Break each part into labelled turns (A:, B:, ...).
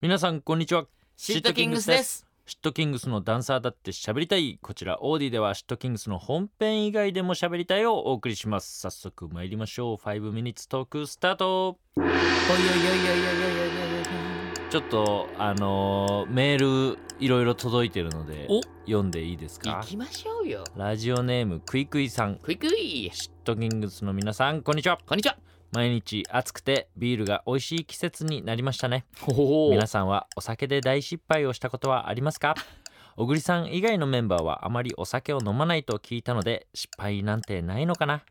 A: 皆さんこんにちは
B: シットキングスです
A: シットキングスのダンサーだって喋りたいこちらオーディではシットキングスの本編以外でも喋りたいをお送りします早速参りましょう5 minutes トークスタート
B: おいおいおいおいおいおいおいおいおい
A: ちょっとあのーメールいろいろ届いてるので
B: お
A: 読んでいいです
B: 行
A: か
B: きましょうよ
A: ラジオネームクイクイさん
B: クイクイ
A: シットキングスの皆さんこんにちは
B: こんにちは
A: 毎日暑くてビールが美味しい季節になりましたね
B: ほほ
A: 皆さんはお酒で大失敗をしたことはあり ますか小栗さん以外のメンバーはあまりお酒を飲まないと聞いたので失敗なんてないのかな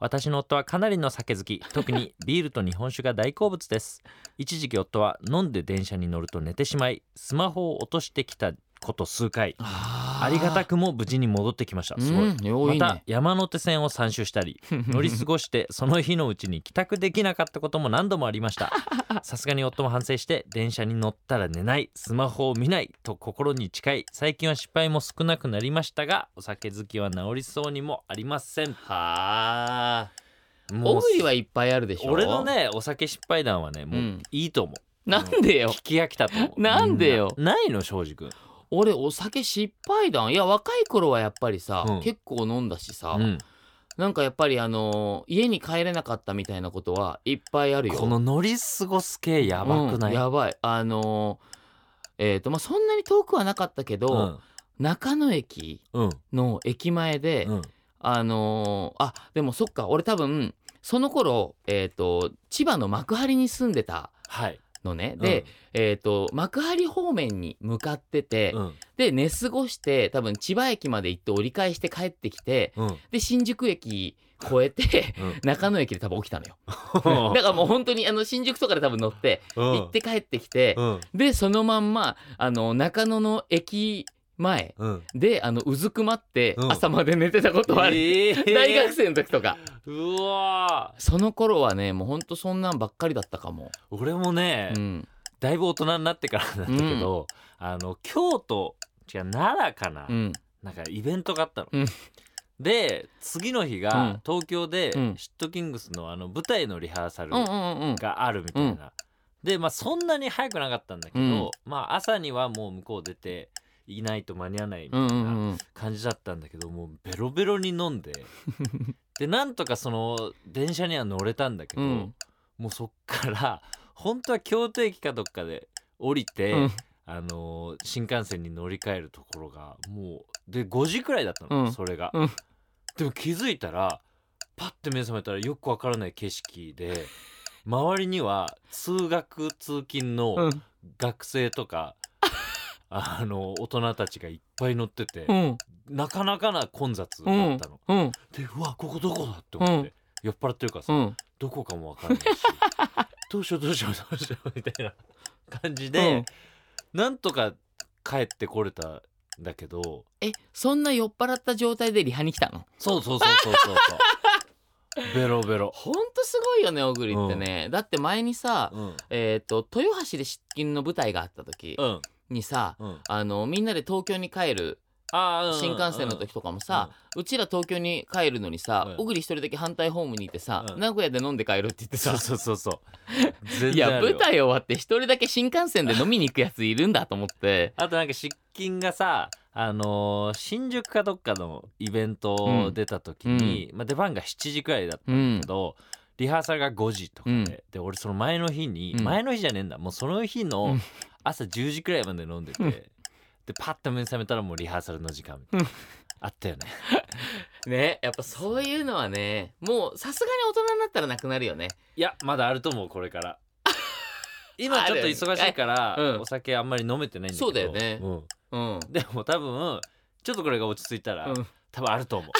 A: 私の夫はかなりの酒好き特にビールと日本酒が大好物です一時期夫は飲んで電車に乗ると寝てしまいスマホを落としてきたこと数回
B: あ
A: ありがた
B: く
A: くも無事に戻ってきましたすごい
B: すご
A: ま
B: い
A: た
B: ま
A: 山手線を3周したり
B: た
A: 乗り過ごしてその日のうちに帰宅できなかったことも何度もありました さすがに夫も反省して電車に乗ったら寝ないスマホを見ないと心に誓い最近は失敗も少なくなりましたがお酒好きは治りそうにもありません
B: はあ
A: も
B: 小
A: う
B: 栗はいっぱいあるでしょ
A: 俺のねお酒失敗談はねもううんいいと思う、
B: なんでよ
A: 聞き飽きたと思う
B: なんでよ
A: みなないの庄司君
B: 俺お酒失敗談いや若い頃はやっぱりさ、
A: うん
B: 結構飲んだしさ、
A: うん
B: なんかやっぱりあのー家に帰れなかったみたいなことはいっぱいあるよ
A: この乗り過ごす系やばくない、
B: うんやばいあのーえっ、とまあそんなに遠くはなかったけど、中野駅
A: うんうん
B: の駅前で、
A: うん
B: あのーあでもそっか俺多分その頃えっ、と千葉の幕張に住んでた
A: はい
B: のねで、、えっ、と幕張方面に向かってて、
A: うん
B: で寝過ごして多分千葉駅まで行って折り返して帰ってきて
A: うんうん
B: で新宿駅越えて 中野駅で多分起きたのよ
A: うん
B: だからもう本当にあの新宿とかで多分乗って
A: うん
B: 行って帰ってきて、
A: うん
B: でそのまんまあの中野の駅前
A: うん
B: であのうずくまって
A: うん
B: 朝まで寝てたことはある、
A: えー
B: 大学生の時とか
A: うわ
B: その頃はねもうほんとそんなんばっかりだったかも、
A: ー俺もね、
B: うん、
A: だいぶ大人になってからなんだけど、あの京都違う奈良かな、
B: うん、
A: なんかイベントがあったの、
B: うん
A: で次の日
B: う
A: が
B: ん
A: 東京で、
B: うん
A: シットキングスのあの舞台のリハーサル
B: うんうんうんうん
A: があるみたいな、
B: うん
A: でまあそんなに早くなかったんだけど、
B: うん
A: まあ朝にはもう向こう出ていないと間に合わないみた
B: う
A: い
B: ん
A: な、
B: うんうん
A: 感じだったんだけどもうベロベロに飲 んででなんとかその電車には乗れたんだけど、
B: うん
A: もうそっから本当は京都駅かどっかで降りて、
B: うん
A: あのー新幹線に乗り換えるところがもうで5時くらいだったの、
B: うん
A: それが、
B: うん
A: でも気づいたらパッて目覚めたらよくわからない景色 で周りには通学通勤
B: う
A: の
B: ん
A: 学生と か、あの大人たちがいっぱい乗ってて、
B: うん
A: なかなかな混雑だったの、
B: うん
A: でうわここどこだって思って、
B: うん
A: 酔っ払ってるからさ、
B: うん
A: どこかもわか んないしどうしようどうしようどうしようみたいな感じで、なんとか帰ってこれたんだけど
B: えそんな酔っ払った状態でリハに来たの
A: そうそうそうそうそうそう ベロベロ、
B: ほんとすごいよね小栗ってね、だって前にさ
A: うん、
B: えっ、と豊橋で出勤の舞台があった時
A: うん
B: にさ、
A: うん
B: あのみんなで東京に帰る
A: あーうん
B: 新幹線の時とかもさ、うちら東京に帰るのに
A: う
B: さ
A: ん
B: 小栗一人だけ反対ホームにいてさ、
A: うん
B: 名古屋で飲んで帰るって言って
A: そ
B: さ
A: うそうそうそう全
B: い
A: 然あ
B: や
A: るよ
B: 舞台終わって一人だけ新幹線で飲みに行くやついるんだと思 って
A: あとなんか失勤がさあのー新宿かどっかのイベントを出た時に、まあ、出番が7時くらいだった
B: うんん
A: だけど、リハーサルが5時とかで、
B: うん
A: で俺その前の日に、
B: うん
A: 前の日じゃねえんだもうその日
B: う
A: の
B: ん
A: 朝10時くらいまで飲んでて、
B: うん
A: でパッと目覚めたらもうリハーサルの時間みたいな、あったよね
B: ねやっぱそういうのはねもうさすがに大人になったらなくなるよね
A: いやまだあると思うこれから。 今ちょっと忙しいから、
B: あるよねうん
A: お酒あんまり飲めてないんだけど
B: そうだよね
A: うん
B: うん
A: でも多分ちょっとこれが落ち着いたら、
B: うん
A: 多分あると思 う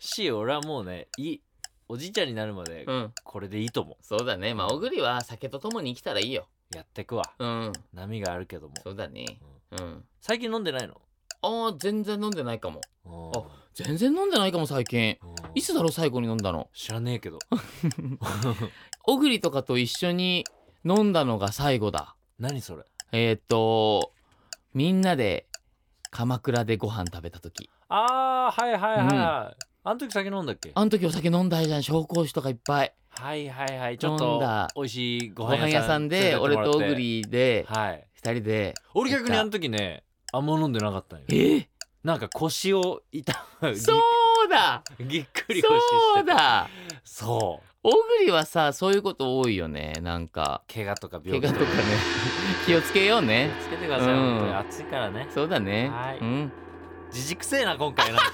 A: し俺はもうねいいおじいちゃんになるまで
B: うん
A: これでいいと思
B: そうだねまあ小栗は酒とともに生きたらいいよ
A: うやってくわ
B: うん
A: 波があるけども
B: そうだねうん
A: 最近飲んでないの
B: あー全然飲んでないかも
A: うん
B: 全然飲んでないかも最近
A: うん
B: いつだろう最後に飲んだの
A: 知らねえ けど
B: 小栗とかと一緒に飲んだのが最後だ
A: 何それ
B: えーっとみんなで鎌倉でご飯食べた時
A: あーはいはいはい、あの時酒飲んだっけ
B: あの時お酒飲んだじゃん紹興酒とかいっぱい
A: はいはいはいちょっと
B: 飲んだ
A: 美味しいご
B: ご
A: 飯
B: 飯
A: 屋
B: 屋
A: さ
B: さ
A: ん
B: ん
A: 連れて
B: で
A: っても
B: 俺
A: らっ
B: と
A: て
B: 小栗で
A: はい
B: 二人で
A: 俺逆にあの時ねあんま飲んでなかったんよ
B: えー
A: なんか腰を痛む
B: そうだ
A: ぎぎっくり腰して
B: そう
A: た
B: だ
A: そう
B: 小栗はさそういうこと多いよねなんか
A: 怪我とか
B: 怪
A: 病
B: 我
A: 気
B: とかね 気をつけようね
A: つけてください、
B: うん
A: 本当に暑いからね
B: そうだね
A: はい
B: うん
A: 自軸性な今回なんか